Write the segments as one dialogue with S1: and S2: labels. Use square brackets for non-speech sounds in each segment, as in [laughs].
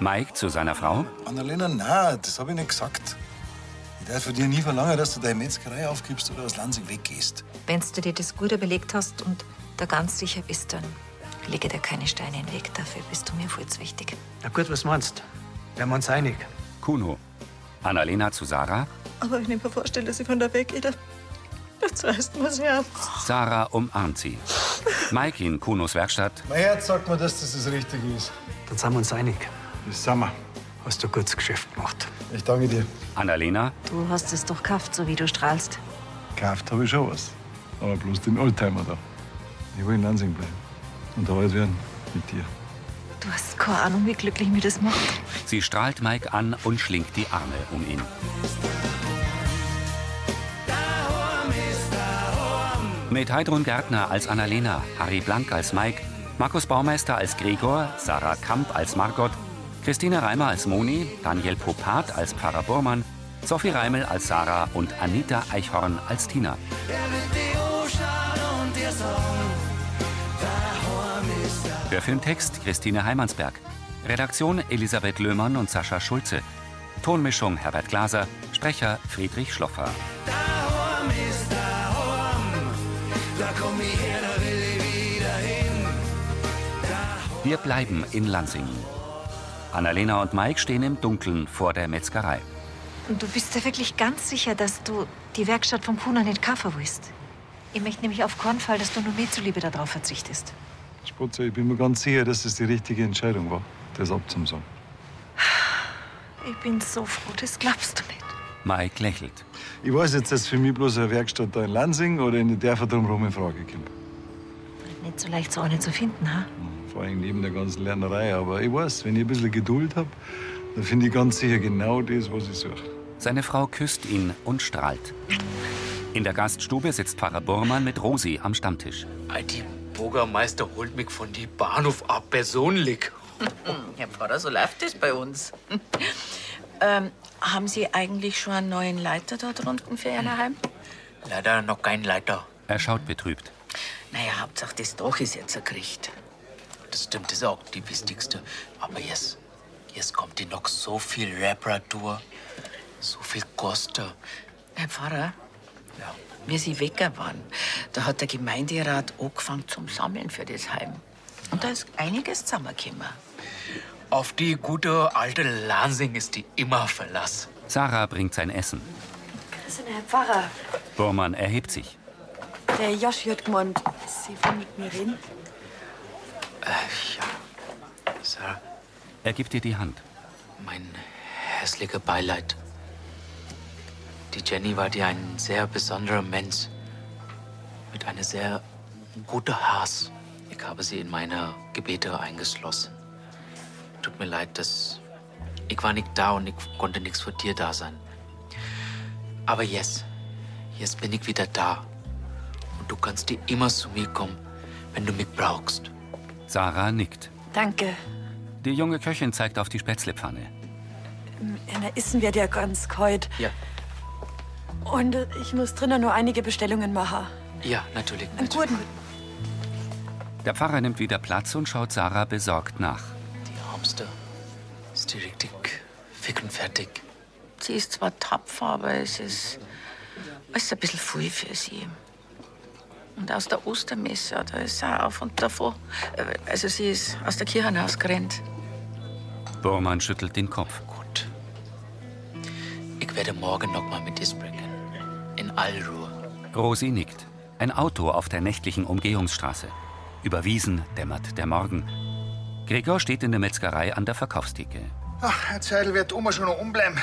S1: Mike zu seiner Frau?
S2: Annalena, nein, das habe ich nicht gesagt. Ich darf von dir nie verlangen, dass du deine Metzgerei aufgibst oder aus Lansing weggehst.
S3: Wenn du dir das gut überlegt hast und da ganz sicher bist, dann lege dir keine Steine in den Weg. Dafür bist du mir voll zu wichtig.
S4: Na gut, was meinst? Wären wir uns einig?
S1: Kuno. Annalena zu Sarah,
S5: Aber wenn ich mir vorstelle, dass ich von da weggehe, dann, dann zerreißt mir das Herz.
S1: Sarah umarmt sie. Mike in Kunos Werkstatt,
S2: Mein Herz sagt mir, dass das das Richtige ist.
S4: Dann sind wir uns einig.
S2: Das sind wir.
S4: Hast du ein gutes Geschäft gemacht.
S2: Ich danke dir.
S1: Annalena,
S3: Du hast es doch gekauft, so wie du strahlst.
S2: Gekauft habe ich schon was. Aber bloß den Oldtimer da. Ich will in Lansing bleiben. Und da alt werden. Mit dir.
S3: Du hast keine Ahnung, wie glücklich mir das macht.
S1: sie strahlt Mike an und schlingt die Arme um ihn. Mit Heidrun Gärtner als Annalena, Harry Blank als Mike, Markus Baumeister als Gregor, Sarah Kamp als Margot, Christine Reimer als Moni, Daniel Popat als Pfarrer Burmann, Sophie Reimel als Sarah und Anita Eichhorn als Tina. Der Filmtext Christine Heimansberg. Redaktion Elisabeth Löhmann und Sascha Schulze. Tonmischung Herbert Glaser. Sprecher Friedrich Schloffer. Wir bleiben in Lansing. Annalena und Mike stehen im Dunkeln vor der Metzgerei.
S3: Und du bist ja wirklich ganz sicher, dass du die Werkstatt vom Kuno nicht kaufen willst. Ich möchte nämlich auf keinen Fall, dass du nur mir zuliebe darauf verzichtest.
S2: Spotze, ich bin mir ganz sicher, dass das die richtige Entscheidung war, das abzusagen.
S3: Ich bin so froh, das glaubst du nicht.
S1: Mike lächelt.
S2: Ich weiß jetzt, dass für mich bloß eine Werkstatt da in Lansing oder in den Dörfern drumherum in Frage kommt.
S3: Nicht so leicht, so eine zu finden, ha?
S2: Vor allem neben der ganzen Lernerei. Aber ich weiß, wenn ich ein bisschen Geduld habe, dann finde ich ganz sicher genau das, was ich suche.
S1: Seine Frau küsst ihn und strahlt. In der Gaststube sitzt Pfarrer Burmann mit Rosi am Stammtisch.
S6: Alti Bürgermeister holt mich von die Bahnhof ab
S7: [laughs]
S6: persönlich.
S7: Herr Pfarrer, so läuft das bei uns. ähm, haben Sie eigentlich schon einen neuen Leiter dort unten für Ihr Heim?
S6: Leider noch kein Leiter.
S1: Er schaut betrübt.
S7: Naja, Hauptsache, das Dach ist jetzt erkriegt.
S6: Das stimmt, das ist auch die wichtigste. Aber jetzt, jetzt kommt die noch so viel Reparatur, so viel Kosten.
S7: Herr Pfarrer,
S6: Ja.
S7: wie Sie weg waren, da hat der Gemeinderat angefangen zum Sammeln für das Heim. Und da ist einiges zusammengekommen.
S6: Auf die gute alte Lansing ist die immer Verlass.
S1: Sarah bringt sein Essen.
S8: Also, Herr Pfarrer,
S1: Burmann erhebt sich.
S8: der Joshi hat gemeint, Sie wollen mit mir reden.
S6: Äh, Sir,
S1: Er gibt ihr die Hand.
S6: mein hässlicher Beileid. Die Jenny war dir ein sehr besonderer Mensch. Mit einer sehr guten Hass. Ich habe sie in meine Gebete eingeschlossen. Tut mir leid, dass ich war nicht da und ich konnte nichts für dir da sein. Aber jetzt, jetzt bin ich wieder da. Und du kannst dir immer zu mir kommen, wenn du mich brauchst.
S1: Sarah nickt.
S8: Danke.
S1: Die junge Köchin zeigt auf die Spätzlepfanne.
S8: Na, Ähm, essen wird ja ganz kalt.
S6: Ja,
S8: Und äh, ich muss drinnen nur einige Bestellungen machen.
S6: ja, natürlich.
S8: Einen
S6: natürlich.
S8: guten.
S1: Der Pfarrer nimmt wieder Platz und schaut Sarah besorgt nach.
S6: Die Hamster ist die richtig fick und fertig.
S7: Sie ist zwar tapfer, aber es ist, es ist ein bisschen viel für sie. Und aus der Ostermesse, ja, da ist sie auch auf und davon. Äh, Also sie ist aus der Kirche hinausgerannt.
S1: Burmann schüttelt den Kopf.
S6: Gut. Ich werde morgen noch mal mit dir sprechen. In aller Ruhe.
S1: Rosi nickt. Ein Auto auf der nächtlichen Umgehungsstraße. Über Wiesen dämmert der Morgen. Gregor steht in der Metzgerei an der Verkaufstheke.
S9: Ach, Herr Zeidel wird Oma schon noch umbleiben.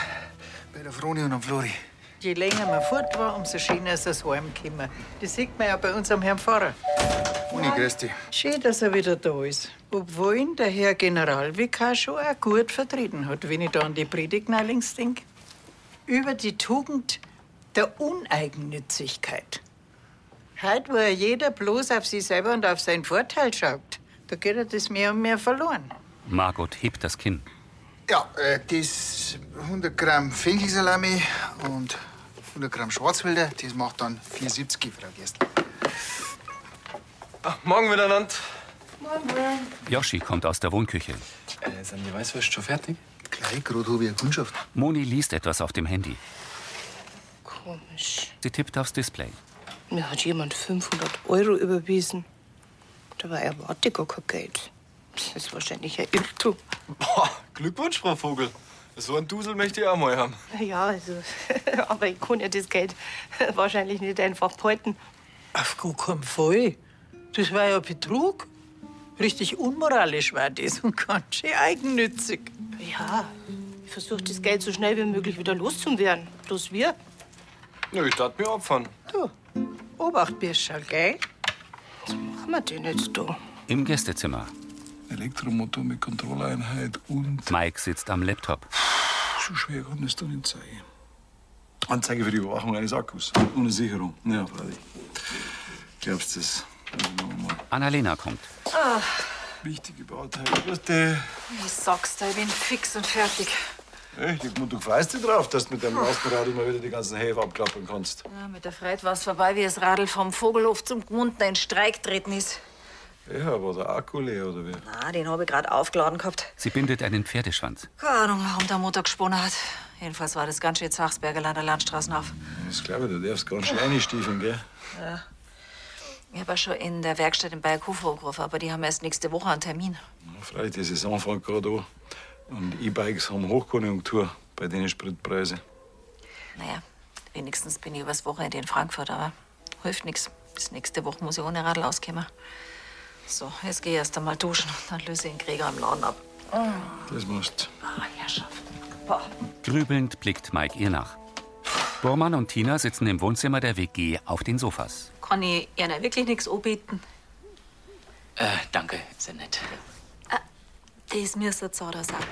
S9: Bei der Froni und am Flori.
S5: Je länger man fort war, umso schöner ist es heimgekommen. Das sieht man ja bei unserem Herrn Pfarrer.
S9: Uni, grüß dich.
S5: Schön, dass er wieder da ist. Obwohl ihn der Herr Generalvikar schon auch gut vertreten hat, wenn ich da an die Predigt neulich denke. Über die Tugend der Uneigennützigkeit. Heute, wo ja jeder bloß auf sich selber und auf seinen Vorteil schaut, da geht er das mehr und mehr verloren.
S1: Margot hebt das Kinn.
S9: Ja, äh, das 100 Gramm Finkelsalami und 100 Gramm Schwarzwälder, das macht dann 470, Frau Gerstl.
S10: Morgen miteinander.
S1: Yoshi kommt aus der Wohnküche.
S6: Äh, sind die Weißwürste schon fertig?
S9: Gleich, gerade habe ich eine Kundschaft.
S1: Moni liest etwas auf dem Handy.
S10: Komisch.
S1: Sie tippt aufs Display.
S10: Mir hat jemand 500 Euro überwiesen. Dabei erwarte ich gar kein Geld. Das ist wahrscheinlich ein Irrtum.
S11: Boah, Glückwunsch, Frau Vogel. So ein Dusel möchte ich auch mal haben.
S10: Naja, also, [laughs] aber ich kann ja das Geld [laughs] wahrscheinlich nicht einfach behalten.
S5: Auf gar keinen Fall. Das war ja Betrug. Richtig unmoralisch war das und ganz schön eigennützig.
S10: Ja, ich versuche das Geld so schnell wie möglich wieder loszuwerden. Bloß wir.
S11: Ja, ich dachte mir opfern.
S5: Du, Obacht, Birscherl, gell?
S10: Machen wir den jetzt da.
S1: Im Gästezimmer.
S2: Elektromotor mit Kontrolleinheit und
S1: Mike sitzt am Laptop.
S2: so schwer kann es doch nicht sein. Anzeige für die Überwachung eines Akkus. Ohne Sicherung. Ja, freilich. Glaubst du das?
S1: Annalena kommt.
S3: Ah,
S2: Wichtige Bauteile. Warte.
S3: ich sag's dir, ich bin fix und fertig.
S2: Echt? Ich- Du freust dich drauf, dass du mit deinem Lastenrad immer wieder die ganzen Häfen abklappern kannst.
S3: Ja, mit der Freit war's vorbei, wie das Radl vom Vogelhof zum Gmunden in Streik treten ist.
S2: Ja, war der Akku leer oder wie?
S3: Na, den habe ich gerade aufgeladen gehabt.
S1: Sie bindet einen Pferdeschwanz.
S3: Keine Ahnung, warum der Motor gesponnen hat. Jedenfalls war das ganz schön Zachsberger an der Landstraße auf.
S2: Das glaube ich, du darfst ganz schön einstiefeln, gell?
S3: Ja. Ich habe auch schon in der Werkstatt in Berghof angerufen, aber die haben erst nächste Woche einen Termin.
S2: Freilich, die Saison fängt gerade an. Und E-Bikes haben Hochkonjunktur bei den Spritpreisen.
S3: Naja, wenigstens bin ich übers Wochenende in Frankfurt, aber hilft nichts. Bis nächste Woche muss ich ohne Radl auskommen. So, jetzt gehe ich erst einmal duschen und dann löse ich den Krieger im Laden ab.
S2: Das musst
S3: Ah, Herrschaft.
S1: Grübelnd blickt Mike ihr nach. Bormann und Tina sitzen im Wohnzimmer der WG auf den Sofas.
S3: Kann ich Ihnen wirklich nichts anbieten?
S6: Äh, danke, sehr nett.
S3: Äh, Das müsst ihr Zara sagen.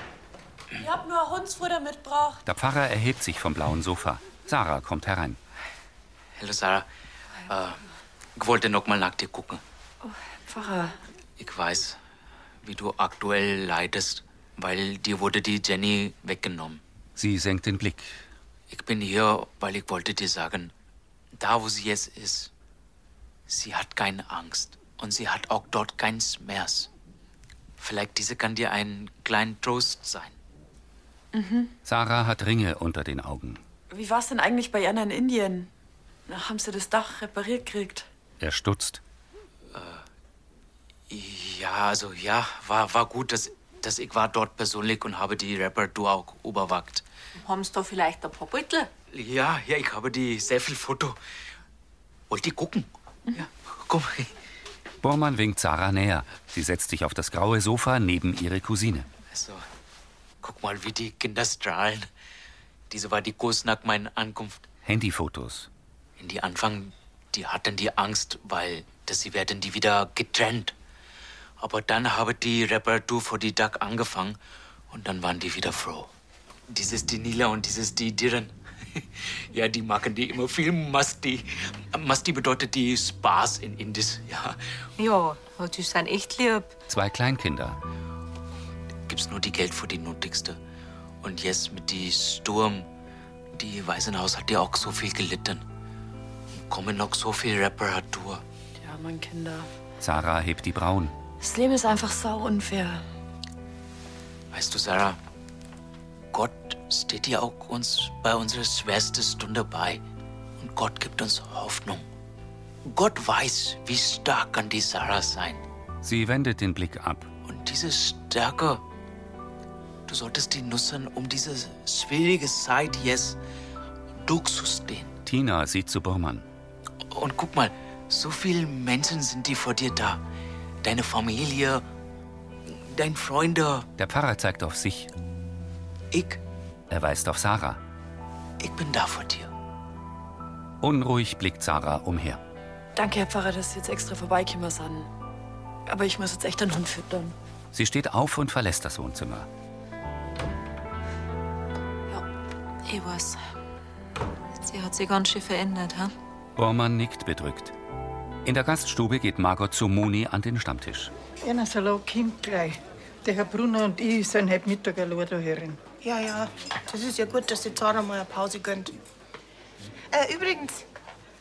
S8: Ich hab nur ein Hundsfutter mitgebracht.
S1: Der Pfarrer erhebt sich vom blauen Sofa. Sarah kommt herein.
S6: Hallo, Sarah. Äh, ich wollte noch mal nach dir gucken.
S8: Pfarrer.
S6: Ich weiß, wie du aktuell leidest, weil dir wurde die Jenny weggenommen.
S1: Sie senkt den Blick.
S6: Ich bin hier, weil ich wollte dir sagen, da wo sie jetzt ist, sie hat keine Angst und sie hat auch dort keinen Schmerz. Vielleicht diese kann dir ein kleiner Trost sein.
S8: Mhm.
S1: Sarah hat Ringe unter den Augen.
S8: Wie war's denn eigentlich bei Anna in Indien? Na, haben sie das Dach repariert gekriegt?
S1: Er stutzt.
S6: Äh, Ja, also ja, war, war gut, dass, dass ich war dort persönlich und habe die Reparatur auch überwacht.
S10: Haben Sie da vielleicht ein paar Beutel?
S6: Ja, ja, ich habe die sehr viel Foto. Wollt ihr gucken?
S1: Bormann winkt Sarah näher. Sie setzt sich auf das graue Sofa neben ihre Cousine.
S6: Also, guck mal, wie die Kinder strahlen. Diese war die Kurs nach meiner Ankunft.
S1: Handyfotos.
S6: In die Anfang, die hatten die Angst, weil dass sie werden die wieder getrennt. Aber dann habe die Reparatur für die Duck angefangen und dann waren die wieder froh. Dieses die Nila und dieses die Dirren. [laughs] ja, die machen die immer viel Masti. Masti bedeutet die Spaß in Indis. Ja,
S3: Ja, die sind echt lieb.
S1: Zwei Kleinkinder.
S6: gibt's nur die Geld für die Nötigste. Und jetzt mit die Sturm, die Waisenhaus hat ja auch so viel gelitten. Kommen noch so viel Reparatur.
S8: Ja, mein Kinder.
S1: Sarah hebt die Brauen.
S8: Das Leben ist einfach sau unfair.
S6: Weißt du, Sarah, Gott steht ja auch uns bei unserer schwersten Stunde bei. Und Gott gibt uns Hoffnung. Gott weiß, wie stark kann die Sarah sein.
S1: Sie wendet den Blick ab.
S6: Und diese Stärke, du solltest die nutzen, um diese schwierige Zeit jetzt durchzustehen.
S1: Tina sieht zu Bormann.
S6: Und guck mal, so viele Menschen sind die vor dir da. Deine Familie, deine Freunde.
S1: Der Pfarrer zeigt auf sich.
S6: Ich?
S1: Er weist auf Sarah.
S6: Ich bin da vor dir.
S1: Unruhig blickt Sarah umher.
S8: Danke, Herr Pfarrer, dass Sie jetzt extra vorbeikommen sind. Aber ich muss jetzt echt einen Hund füttern.
S1: Sie steht auf und verlässt das Wohnzimmer.
S3: Ich weiß. Sie hat sich ganz schön verändert, ha?
S1: Bormann nickt bedrückt. In der Gaststube geht Margot zu Moni an den Stammtisch.
S5: Einer Salat kommt gleich. Der Herr Brunner und ich sind heute Mittag allein da herin.
S12: Ja, ja. Das ist ja gut, dass die Zara mal eine Pause gönnt. Äh, übrigens,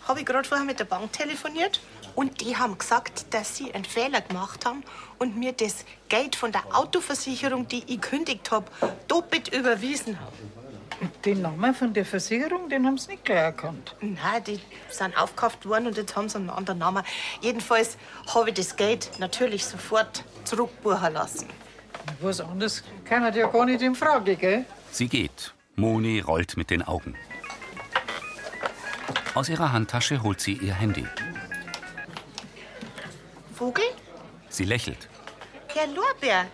S12: habe ich gerade vorher mit der Bank telefoniert Und die haben gesagt, dass sie einen Fehler gemacht haben und mir das Geld von der Autoversicherung, die ich gekündigt habe, doppelt überwiesen haben.
S5: Den Namen von der Versicherung, den haben sie nicht gleich erkannt.
S12: Nein, die sind aufgekauft worden und jetzt haben sie einen anderen Namen. Jedenfalls habe ich das Geld natürlich sofort zurückbuchen lassen.
S5: Was anderes kann er ja gar nicht in Frage, gell?
S1: Sie geht. Moni rollt mit den Augen. Aus ihrer Handtasche holt sie ihr Handy.
S12: Vogel?
S1: Sie lächelt.
S12: Herr Lorbeer,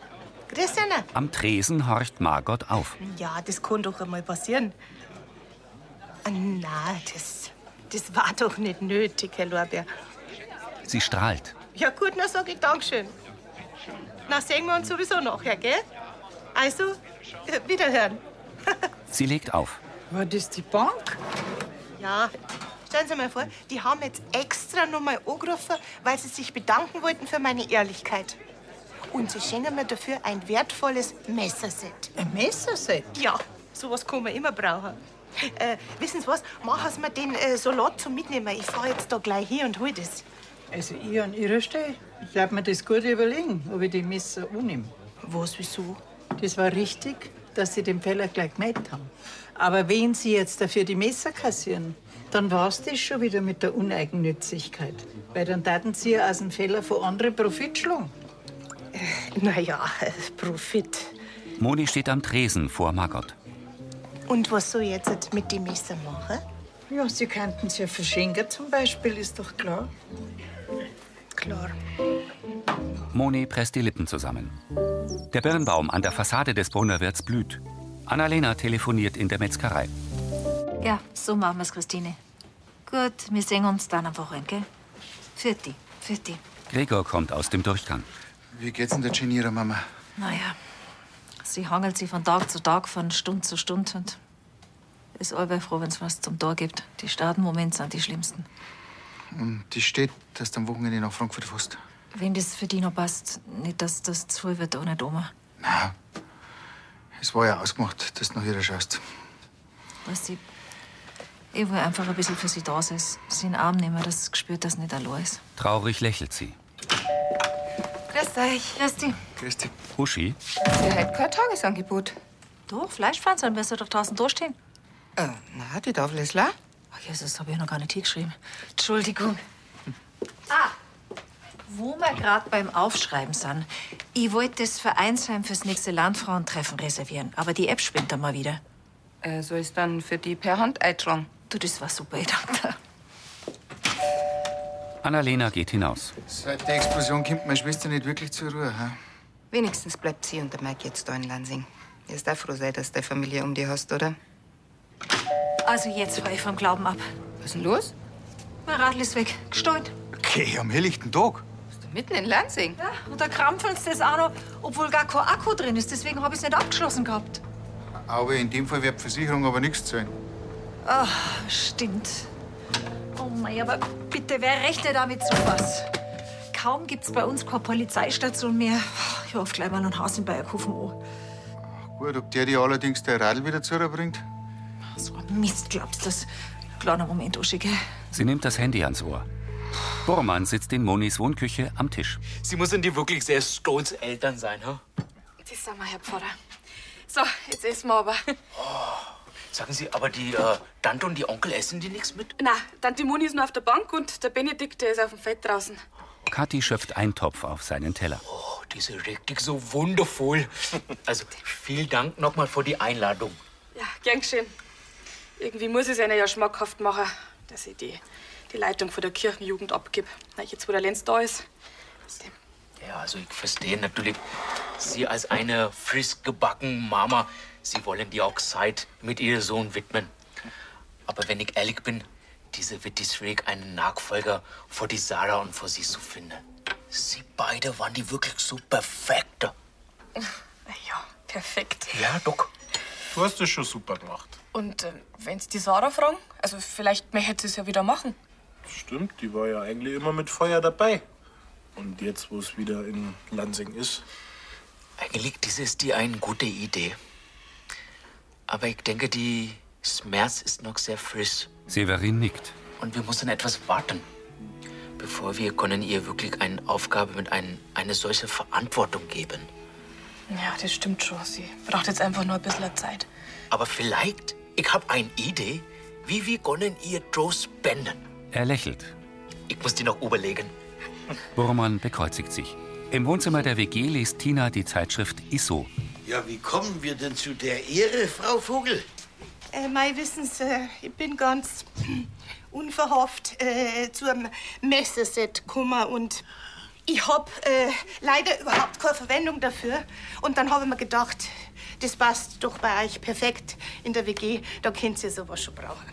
S12: grüß einer.
S1: Am Tresen horcht Margot auf.
S12: Ja, das kann doch einmal passieren. Ah, Na, das, das war doch nicht nötig, Herr Lorbeer.
S1: Sie strahlt.
S12: Ja gut, na sag ich Dankeschön. Na, sehen wir uns sowieso nachher, gell? Also, äh, wiederhören.
S1: Sie legt auf.
S5: War das die Bank?
S12: Ja, stellen Sie mal vor, die haben jetzt extra nochmal angerufen, weil sie sich bedanken wollten für meine Ehrlichkeit. Und sie schenken mir dafür ein wertvolles Messerset. Ein Messerset? Ja, sowas kann man immer brauchen. Äh, wissen Sie was? Machen Sie mir den äh, Salat zum Mitnehmen. Ich fahre jetzt da gleich hin und hol das.
S5: Also ich an ihrer Stelle. Ich würde mir das gut überlegen, ob ich die Messer unnehme. Was, wieso? Das war richtig, dass Sie den Fehler gleich gemeldet haben. Aber wenn Sie jetzt dafür die Messer kassieren, dann war es das schon wieder mit der Uneigennützigkeit. Weil dann taten Sie ja aus dem Fehler von anderen Profit schlagen.
S12: Naja, Äh, [laughs] Profit.
S1: Moni steht am Tresen vor Margot.
S12: Und was soll ich jetzt mit dem Messer machen?
S5: Ja, Sie könnten es ja verschenken zum Beispiel, ist doch klar.
S12: Klar.
S1: Moni presst die Lippen zusammen. Der Birnbaum an der Fassade des Brunnerwirts blüht. Annalena telefoniert in der Metzgerei.
S3: Ja, so machen wir's, Christine. Gut, wir sehen uns dann am Wochenende, gell? Für die, für die.
S1: Gregor kommt aus dem Durchgang.
S9: Wie geht's denn der Jenny ihrer Mama?
S3: Naja, sie hangelt sie von Tag zu Tag, von Stunde zu Stunde und ist allweil froh, wenn's was zum Tor gibt. Die Startenmomente sind die schlimmsten.
S9: Und die steht, dass du am Wochenende nach Frankfurt fährst.
S3: Wenn das für die noch passt, nicht, dass das zu viel wird ohne die Oma.
S9: Na, es war ja ausgemacht, dass du nach ihr schaust.
S3: Weißt du, ich will einfach ein bisschen für sie da sein, sie in den Arm nehmen, dass sie spürt, dass sie nicht allein ist.
S1: Traurig lächelt sie.
S13: Grüß euch. Grüß dich.
S9: Christi.
S1: Uschi,
S13: Habt ihr heute kein Tagesangebot?
S3: Doch, Fleischpflanzer, dann wirst du doch draußen durchstehen.
S13: Äh, na, die Tafel ist leer.
S3: Ach, Jesus, habe ich noch gar nicht hingeschrieben. Entschuldigung. Ah, wo wir gerade beim Aufschreiben sind. Ich wollte das Vereinsheim fürs nächste Landfrauentreffen reservieren, aber die App spinnt da mal wieder.
S13: Äh, soll ich dann für die per Hand eintragen?
S3: Du, das war super, ich danke.
S1: Annalena geht hinaus.
S9: Seit der Explosion kommt meine Schwester nicht wirklich zur Ruhe. He?
S13: Wenigstens bleibt sie und der Mike jetzt da in Lansing. Ihr seid auch froh sein, dass deine Familie um dich hast, oder?
S3: Also jetzt fall ich vom Glauben ab.
S13: Was ist denn los?
S3: Mein Radl ist weg, gestohlen.
S9: Okay, am helllichten Tag.
S13: Mitten in Lansing?
S3: Ja, und da krampfelst das auch noch, obwohl gar kein Akku drin ist. Deswegen habe ich es nicht abgeschlossen gehabt.
S9: Aber in dem Fall wird die Versicherung aber nichts zahlen.
S3: Ach, Ah, stimmt. Oh mei, aber bitte, wer rechnet damit sowas? Kaum gibt's bei uns keine Polizeistation mehr. Ich hoffe gleich mal ein Haus in Bayerkofen an.
S9: Gut, ob der dir allerdings der Radl wieder zurückbringt?
S3: So ein Mist, glaubst du das? Kleiner Moment, Uschi, gell?
S1: Sie nimmt das Handy ans Ohr. Bormann sitzt in Monis Wohnküche am Tisch.
S6: Sie müssen die wirklich sehr stolz Eltern sein, hä?
S13: Das sind wir, Herr Pfarrer. So, jetzt essen wir aber.
S6: Sagen Sie, aber die äh, Tante und die Onkel essen die nichts mit?
S14: Na, Tante Moni ist noch auf der Bank und der Benedikt, der ist auf dem Feld draußen.
S1: Kathi schöpft Eintopf auf seinen Teller.
S6: Oh, diese richtig so wundervoll. Also, vielen Dank nochmal für die Einladung.
S14: Ja, gern geschehen. Irgendwie muss ich es einer ja schmackhaft machen, dass ich die, die Leitung von der Kirchenjugend abgib. Na, jetzt, wo der Lenz da ist.
S6: Ja, also ich verstehe natürlich, Sie als eine frisch gebackene Mama, Sie wollen die auch Zeit mit Ihrem Sohn widmen. Aber wenn ich ehrlich bin, diese wird die schwierig, einen Nachfolger vor die Sarah und vor Sie zu finden. Sie beide waren die wirklich so perfekte.
S14: Ja, perfekt.
S6: Ja, Doc.
S11: Du hast es schon super gemacht.
S14: Und äh, wenn's die Sarah fragen, also vielleicht möchte sie es ja wieder machen.
S11: Stimmt, die war ja eigentlich immer mit Feuer dabei. Und jetzt, wo es wieder in Lansing ist.
S6: Eigentlich, das ist die eine gute Idee. Aber ich denke, die Schmerz ist noch sehr frisch.
S1: Severin nickt.
S6: Und wir müssen etwas warten, bevor wir können ihr wirklich eine Aufgabe mit ein, eine solche Verantwortung geben.
S14: Ja, das stimmt schon. Sie braucht jetzt einfach nur ein bisschen Zeit.
S6: Aber vielleicht, ich habe eine Idee, wie wir können ihr Trost spenden.
S1: Er lächelt.
S6: Ich muss die noch überlegen.
S1: Burmann bekreuzigt sich. Im Wohnzimmer der WG liest Tina die Zeitschrift ISO.
S15: Ja, wie kommen wir denn zu der Ehre, Frau Vogel?
S12: Äh, mei, wissen Sie, ich bin ganz [clears throat] unverhofft äh, zum Messerset gekommen und ich hab äh, leider überhaupt keine Verwendung dafür. Und dann habe ich mir gedacht, das passt doch bei euch perfekt in der WG, da könnt ihr sowas schon brauchen.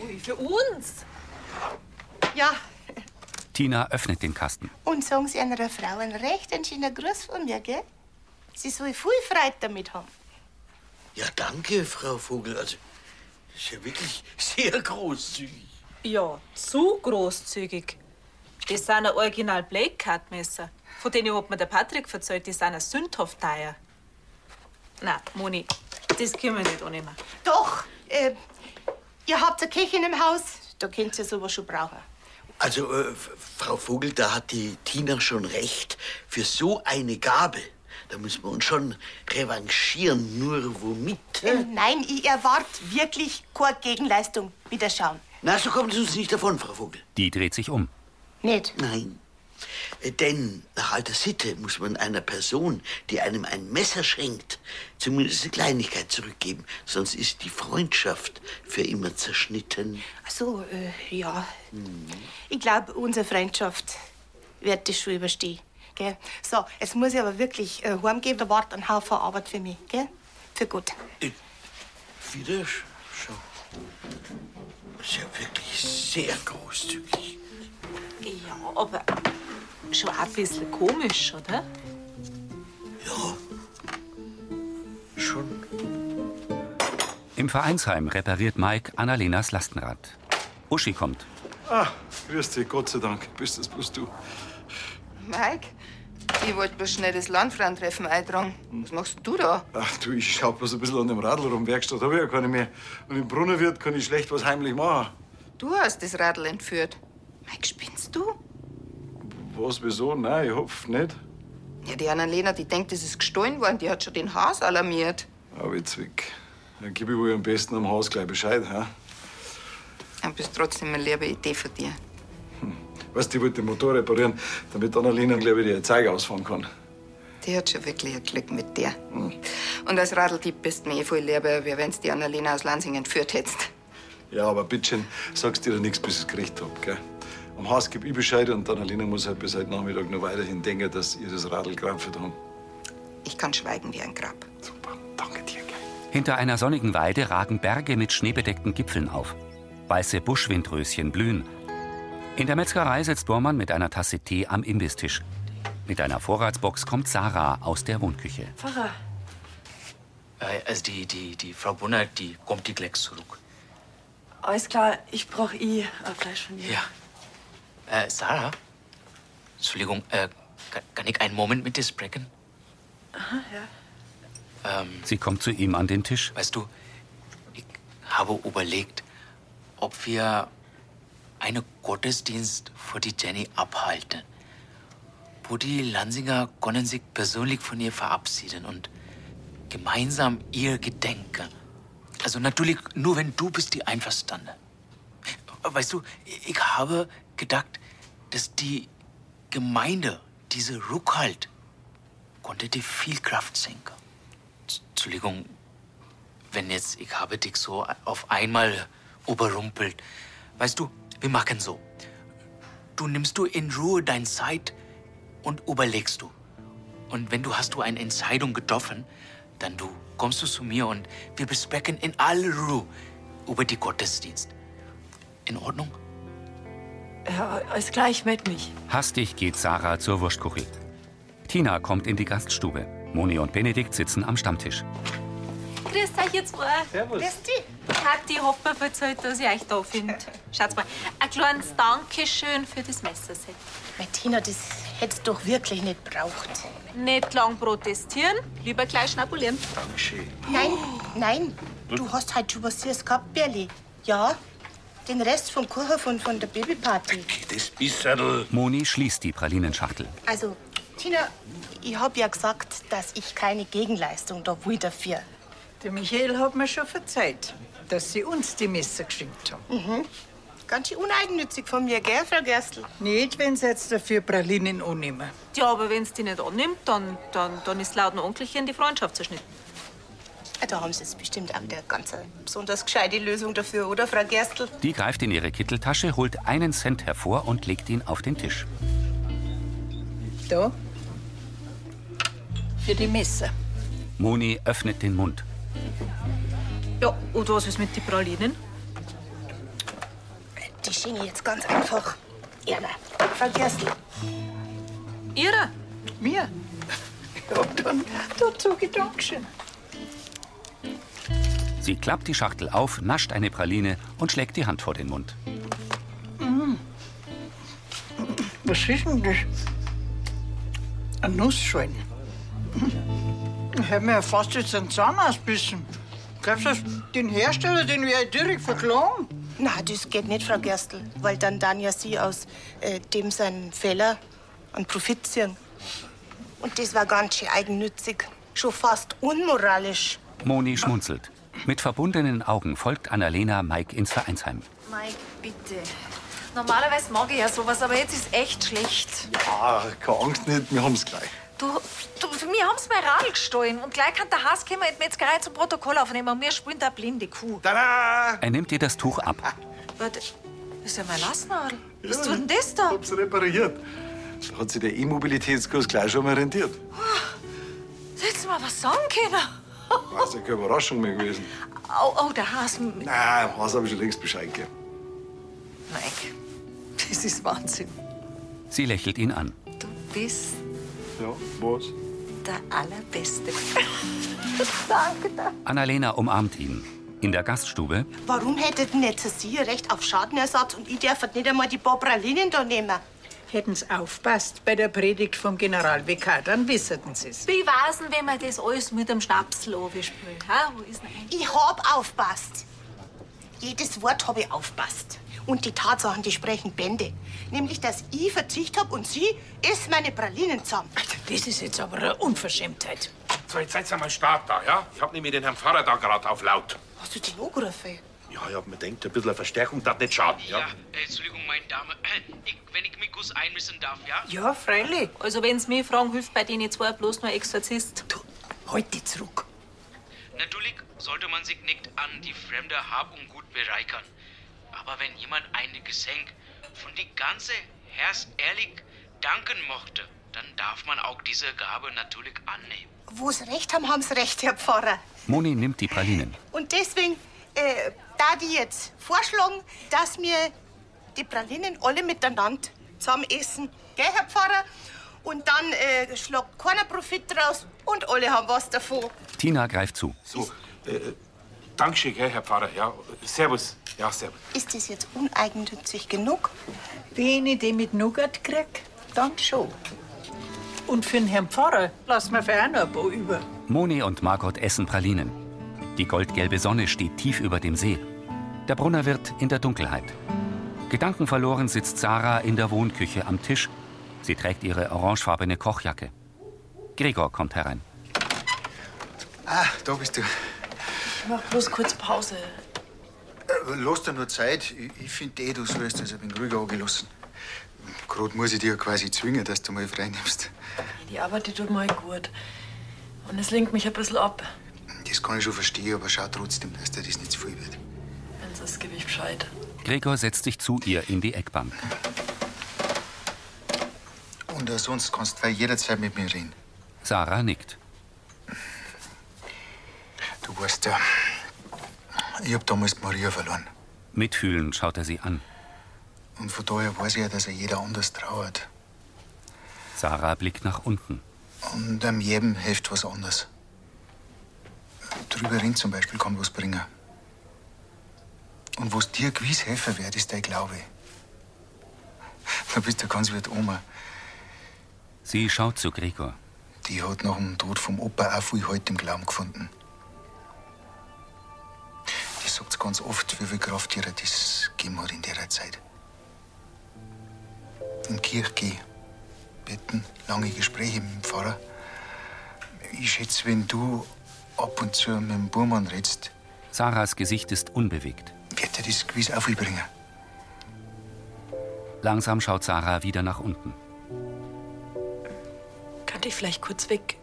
S12: Ui, für uns? Ja,
S1: Tina öffnet den Kasten.
S12: und sagen Sie einer Frau einen recht entschiedenen Gruß von mir, gell? Sie soll viel Freude damit haben.
S15: Ja, danke, Frau Vogel. Also, das ist ja wirklich [laughs] sehr großzügig.
S16: Ja, zu großzügig. Das sind ein original Blake Card Messer. Von denen hat mir der Patrick erzählt, die sind ein sündhaft teuer. Na, Moni, das können wir nicht annehmen.
S12: Doch, äh, ihr habt eine Küche im Haus, da könnt ihr sowas schon brauchen.
S15: Also, äh, F- Frau Vogel, da hat die Tina schon recht. Für so eine Gabe, da müssen wir uns schon revanchieren, nur womit.
S12: Äh, nein, ich erwarte wirklich keine Gegenleistung. Wiederschauen.
S15: Na, so kommt es uns nicht davon, Frau Vogel.
S1: Die dreht sich um.
S12: Nicht?
S15: Nein. Äh, Denn nach alter Sitte muss man einer Person, die einem ein Messer schenkt, zumindest eine Kleinigkeit zurückgeben. Sonst ist die Freundschaft für immer zerschnitten.
S12: Ach so, äh, ja.
S15: Hm.
S12: Ich glaube, unsere Freundschaft wird das schon überstehen. Gell? So, jetzt muss ich aber wirklich äh, heimgehen. Da wartet ein Haufen Arbeit für mich. Gell? Für gut.
S15: Wieder sch- schon. Das ist ja wirklich sehr großzügig.
S16: Ja, aber schon auch ein bisschen komisch, oder?
S15: Schon.
S1: Im Vereinsheim repariert Mike Annalenas Lastenrad. Uschi kommt.
S2: Ah, grüß dich, Gott sei Dank. Bist das bloß du?
S13: Mike, ich wollte bloß schnell das Landfrauentreffen eintragen. Was machst du da?
S2: Ach du, ich schau bloß ein bisschen an dem Radl rum. Werkstatt habe ich ja keine mehr. Und im Brunnenwirt kann ich schlecht was heimlich machen.
S13: Du hast das Radl entführt. Mike, spinnst du?
S2: Was, wieso? Nein, ich hoffe nicht.
S13: Ja, die Annalena, die denkt, das ist gestohlen worden. Die hat schon den Haas alarmiert.
S2: Aber ich zwick. Dann gebe ich wohl am besten am Haus gleich Bescheid. Ha?
S13: Aber ist trotzdem eine liebe Idee von dir.
S2: Weißt du, ich wollte den Motor reparieren, damit Annalena, glaube ich, die Zeige ausfahren kann.
S13: Die hat schon wirklich ein Glück mit dir. Und als Radldieb bist du mir eh voll lieber, wie wenn's die Annalena aus Lansing entführt hättest.
S2: Ja, aber bitteschön, sagst dir nichts, bis ich es gekriegt hab, gell? Am Haus gebe ich Bescheid und Annalena muss halt bis heute Nachmittag noch weiterhin denken, dass ihr das Radl gerampft haben.
S13: Ich kann schweigen wie ein Grab.
S1: Hinter einer sonnigen Weide ragen Berge mit schneebedeckten Gipfeln auf. Weiße Buschwindröschen blühen. In der Metzgerei sitzt Bormann mit einer Tasse Tee am Imbisstisch. Mit einer Vorratsbox kommt Sarah aus der Wohnküche.
S8: Pfarrer,
S6: Äh, Also die, die, die Frau Brunner, die kommt die gleich zurück.
S8: alles klar, ich brauche eh ein Fleisch von dir.
S6: Ja. Äh, Sarah? Entschuldigung, äh, kann, kann ich einen Moment mit dir sprechen?
S8: Aha, ja.
S6: Ähm,
S1: Sie kommt zu ihm an den Tisch.
S6: Weißt du, ich habe überlegt, ob wir einen Gottesdienst für die Jenny abhalten. Wo die Lansinger können sich persönlich von ihr verabschieden und gemeinsam ihr gedenken. Also natürlich nur, wenn du bist die einverstanden. Weißt du, ich habe gedacht, dass die Gemeinde, diese Rückhalt, konnte dir viel Kraft schenken. Entschuldigung, wenn jetzt ich habe dich so auf einmal überrumpelt. Weißt du, wir machen so. Du nimmst du in Ruhe deine Zeit und überlegst du. Und wenn du hast du eine Entscheidung getroffen, dann du kommst du zu mir und wir besprechen in aller Ruhe über die Gottesdienst. In Ordnung?
S8: Ja, alles klar, ich melde mich.
S1: Hastig geht Sarah zur Wurstkuchel. Tina kommt in die Gaststube. Moni und Benedikt sitzen am Stammtisch.
S16: Grüß euch, ihr zwei.
S1: Servus.
S16: Grüß dich. Kathi hat mir erzählt, dass ich euch da finde. [laughs] Schaut mal, ein kleines Dankeschön für das Messerset.
S12: Martina, das hättest du doch wirklich nicht braucht.
S16: Nicht lang protestieren, lieber gleich schnabulieren.
S12: Nein, nein. Du hast halt schon was Süßes gehabt, Berli. Ja, Den Rest vom Kuchen von, von der Babyparty.
S1: Das Bisserl. Moni schließt die Pralinenschachtel.
S12: Also, Tina, ich hab ja gesagt, dass ich keine Gegenleistung da will dafür.
S5: Der Michael hat mir schon verzeiht, dass Sie uns die Messer geschenkt haben.
S12: Mhm. Ganz schön uneigennützig von mir, gell, Frau Gerstl?
S5: Nicht, wenn Sie jetzt dafür Pralinen annehmen.
S16: Ja, aber wenn es die nicht annimmt, dann, dann, dann ist laut dem Onkelchen die Freundschaft zerschnitten.
S12: Da haben Sie jetzt bestimmt auch der ganze besonders gescheite Lösung dafür, oder, Frau Gerstl?
S1: Die greift in ihre Kitteltasche, holt einen Cent hervor und legt ihn auf den Tisch.
S5: Da. Für die Messer.
S1: Moni öffnet den Mund.
S16: Ja, und was ist mit den Pralinen?
S12: Die Schiene jetzt ganz einfach. Erna, Frau Gerstl.
S16: Ihre?
S5: Mir? [laughs] Ja, dann, dann sag ich Dankeschön.
S1: Sie klappt die Schachtel auf, nascht eine Praline und schlägt die Hand vor den Mund.
S5: Mm. Was ist denn das? Ein Nussschein. Ich hätte mir ja fast jetzt einen Zahn ausbissen. Glaubst du, den Hersteller, den wäre ich direkt verklagen?
S12: Na, das geht nicht, Frau Gerstl, weil dann dann ja Sie aus äh, dem seinen Fehler an Profit ziehen. Und das war ganz schön eigennützig, schon fast unmoralisch.
S1: Moni schmunzelt. Mit verbundenen Augen folgt Annalena Mike ins Vereinsheim.
S3: Mike, bitte. Normalerweise mag ich ja sowas, aber jetzt ist echt schlecht.
S2: Ah, keine Angst nicht, wir haben's gleich.
S3: Du, du mir haben's mein Radl gestohlen und gleich kann der Hass kommen und mir jetzt gerade zum Protokoll aufnehmen und mir spinnt eine blinde Kuh.
S2: Tada!
S1: Er nimmt ihr das Tuch ab.
S3: Warte, ist ja mein Lassnadel. Was tut denn das da?
S2: Hab's repariert. Da hat sich der E-Mobilitätskurs gleich schon mal rentiert.
S3: Hättest du mal was sagen können?
S2: Das ist ja keine Überraschung mehr gewesen.
S3: Oh, oh, der Hasen.
S2: Nein, was habe ich schon längst Bescheid gegeben.
S3: Mike, das ist Wahnsinn.
S1: Sie lächelt ihn an.
S3: Du bist
S2: Ja, was?
S3: der Allerbeste. Danke, danke.
S1: Annalena umarmt ihn. In der Gaststube
S12: Warum hättet denn jetzt Sie ein Recht auf Schadenersatz und ich darf halt nicht einmal die paar Pralinen da nehmen?
S5: Hätten Sie aufpasst bei der Predigt vom Generalvikar, dann wisserten Sie es.
S16: Wie war's denn, wenn wir das alles mit dem Schnapsel abspülen? Ha? Wo ist denn eigentlich?
S12: Ich hab aufpasst. Jedes Wort hab ich aufpasst. Und die Tatsachen, die sprechen Bände. Nämlich, dass ich Verzicht hab und Sie isst meine Pralinen zusammen.
S5: Das ist jetzt aber eine Unverschämtheit.
S17: So, jetzt seid ihr mal stark da, ja? Ich hab nämlich den Herrn Pfarrer da gerade auf laut.
S12: Hast du den angerufen?
S17: Ja, ich hab mir gedacht, ein bisschen Verstärkung darf nicht schaden, ja?
S6: Äh, Entschuldigung, meine Dame, ich, wenn ich mich kurz einmischen darf, ja?
S5: Ja, freilich.
S16: Also, wenn's mich fragen, hilft bei denen zwei bloß nur ein Exorzist. Du,
S5: halt dich zurück.
S6: Natürlich sollte man sich nicht an die fremde Hab und Gut bereichern. Aber wenn jemand ein Geschenk von die ganze Herz ehrlich danken mochte, dann darf man auch diese Gabe natürlich annehmen.
S12: Wo Sie recht haben, haben Sie recht, Herr Pfarrer.
S1: Moni nimmt die Pralinen.
S12: Und deswegen, äh, da die jetzt vorschlagen, dass wir die Pralinen alle miteinander zusammen essen, gell, Herr Pfarrer? Und dann äh, schlagt keiner Profit draus und alle haben was davon.
S1: Tina greift zu.
S17: So, äh, äh, Dankeschön, gell, Herr Pfarrer, ja? Servus. Ja, servus.
S12: Ist das jetzt uneigennützig genug?
S5: Wenn ich den mit Nougat krieg, dann schon. Und für den Herrn Pfarrer lassen wir für auch noch ein paar über.
S1: Moni und Margot essen Pralinen. Die goldgelbe Sonne steht tief über dem See. Der Brunnerwirt in der Dunkelheit. Gedankenverloren sitzt Sarah in der Wohnküche am Tisch. Sie trägt ihre orangefarbene Kochjacke. Gregor kommt herein.
S9: Ah, da bist du.
S8: Ich mach bloß kurz Pause.
S9: Äh, Lass dir nur Zeit. Ich, ich finde eh, du sollst das ein wenig ruhiger angelassen. Gerade muss ich dir ja quasi zwingen, dass du mal frei nimmst.
S8: Die Arbeit, die tut mir halt gut. Und es lenkt mich ein bisschen ab,
S9: Das kann ich schon verstehen, aber schau trotzdem, dass dir das nicht zu viel wird.
S8: wenn es das Gewicht scheit.
S1: Gregor setzt sich zu ihr in die Eckbank.
S9: Und äh, sonst kannst du jederzeit mit mir reden.
S1: Sarah nickt.
S9: Du weißt ja, ich hab damals die Maria verloren.
S1: Mitfühlend schaut er sie an.
S9: Und von daher weiß ich ja, dass er jeder anders trauert.
S1: Sarah blickt nach unten.
S9: Und am jedem hilft was anderes. Drüber reden zum Beispiel kann was bringen. Und was dir gewiss helfen wird, ist dein Glaube. Du bist ja ganz wie die Oma.
S1: Sie schaut zu Gregor.
S9: Die hat nach dem Tod vom Opa auch viel Halt im Glauben gefunden. sagt ganz oft, wie viel Kraft ihr das gegeben hat in dieser Zeit. In die Kirche gehen, beten, lange Gespräche mit dem Pfarrer. Ich schätze, wenn du ab und zu mit dem Burmann redst,
S1: Sarahs Gesicht ist unbewegt.
S9: wird er das gewiss auch viel bringen.
S1: Langsam schaut Sarah wieder nach unten.
S8: Könnte ich vielleicht kurz weg?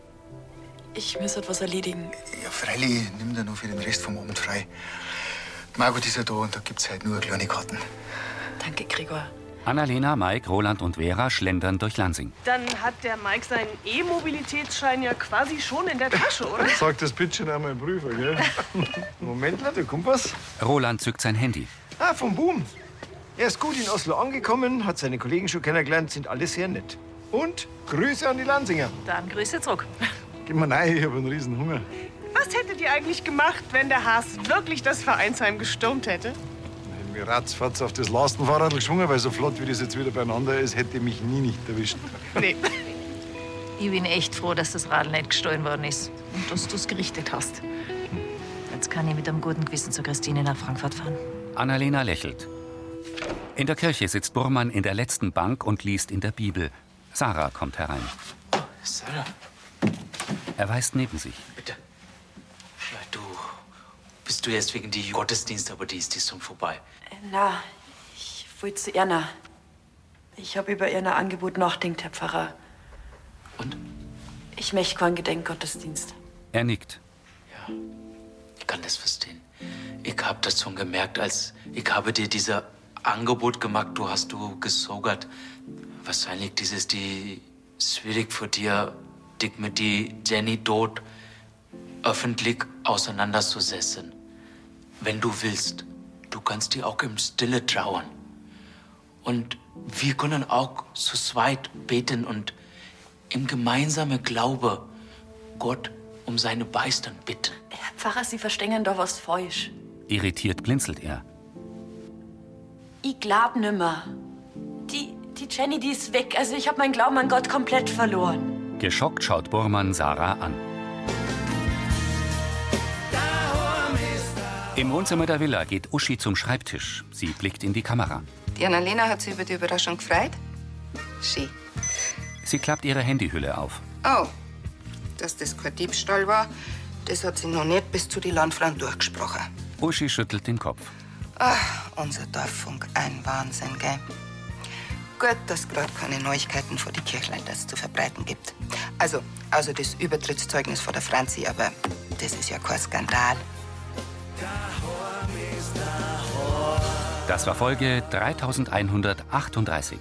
S8: Ich muss etwas erledigen.
S9: Ja, freilich, nimm dir noch für den Rest vom Abend frei. Die Margot ist ja da und da gibt's halt nur kleine Karten.
S8: Danke, Gregor.
S1: Annalena, Mike, Roland und Vera schlendern durch Lansing.
S18: Dann hat der Mike seinen E-Mobilitätsschein ja quasi schon in der Tasche, oder?
S2: Sag das Pitchen einmal im Prüfer, [laughs] gell? Moment, Leute, kommt was?
S1: Roland zückt sein Handy.
S19: Ah, vom Boom. Er ist gut in Oslo angekommen, hat seine Kollegen schon kennengelernt, sind alle sehr nett. Und Grüße an die Lansinger.
S18: Dann Grüße zurück.
S19: Geh mal rein, ich habe einen riesen Hunger.
S18: Was hättet ihr eigentlich gemacht, wenn der Haas wirklich das Vereinsheim gestürmt hätte?
S19: Hätten wir ratzfatz auf das Lastenfahrrad geschwungen, weil so flott wie das jetzt wieder beieinander ist, hätte ich mich nie nicht erwischt.
S18: Nee.
S3: Ich bin echt froh, dass das Radl nicht gestohlen worden ist und dass du es gerichtet hast. Jetzt kann ich mit einem guten Gewissen zu Christine nach Frankfurt fahren.
S1: Annalena lächelt. In der Kirche sitzt Burmann in der letzten Bank und liest in der Bibel. Sarah kommt herein.
S6: Sarah,
S1: Er weist neben sich.
S6: du bist du erst wegen die Gottesdienst, aber die ist die schon vorbei.
S8: Äh, Na, ich wollte zu Erna. Ich habe über Erna Angebot nachdenkt, Herr Pfarrer. Und? Ich möchte keinen Gedenkgottesdienst.
S1: Er nickt.
S6: Ich kann das verstehen. Ich habe das schon gemerkt, als ich habe dir dieses Angebot gemacht, du hast du gesogert. Wahrscheinlich das ist die schwierig für dir, dich mit die Jenny tot öffentlich auseinanderzusetzen. Wenn du willst, du kannst die auch im Stille trauern. Und wir können auch zu zweit beten und im gemeinsamen Glaube Gott um seine Beistand bitten.
S8: Herr Pfarrer, Sie verstehen doch was falsch.
S1: Irritiert blinzelt er.
S8: Ich glaub nimmer. Die, die Jenny, die ist weg. Also ich habe meinen Glauben an Gott komplett verloren.
S1: Geschockt schaut Burmann Sarah an. Im Wohnzimmer der Villa geht Uschi zum Schreibtisch. Sie blickt in die Kamera.
S13: Die Annalena hat sich über die Überraschung gefreut. Schön.
S1: Sie klappt ihre Handyhülle auf.
S13: Oh, dass das kein Diebstahl war, das hat sie noch nicht bis zu die Landfrauen durchgesprochen.
S1: Uschi schüttelt den Kopf.
S13: Ach, unser Dorffunk, ein Wahnsinn, gell? Gut, dass gerade keine Neuigkeiten vor die Kirchleiters zu verbreiten gibt. Also, also das Übertrittszeugnis von der Franzi, aber das ist ja kein Skandal.
S1: Das war Folge 3138.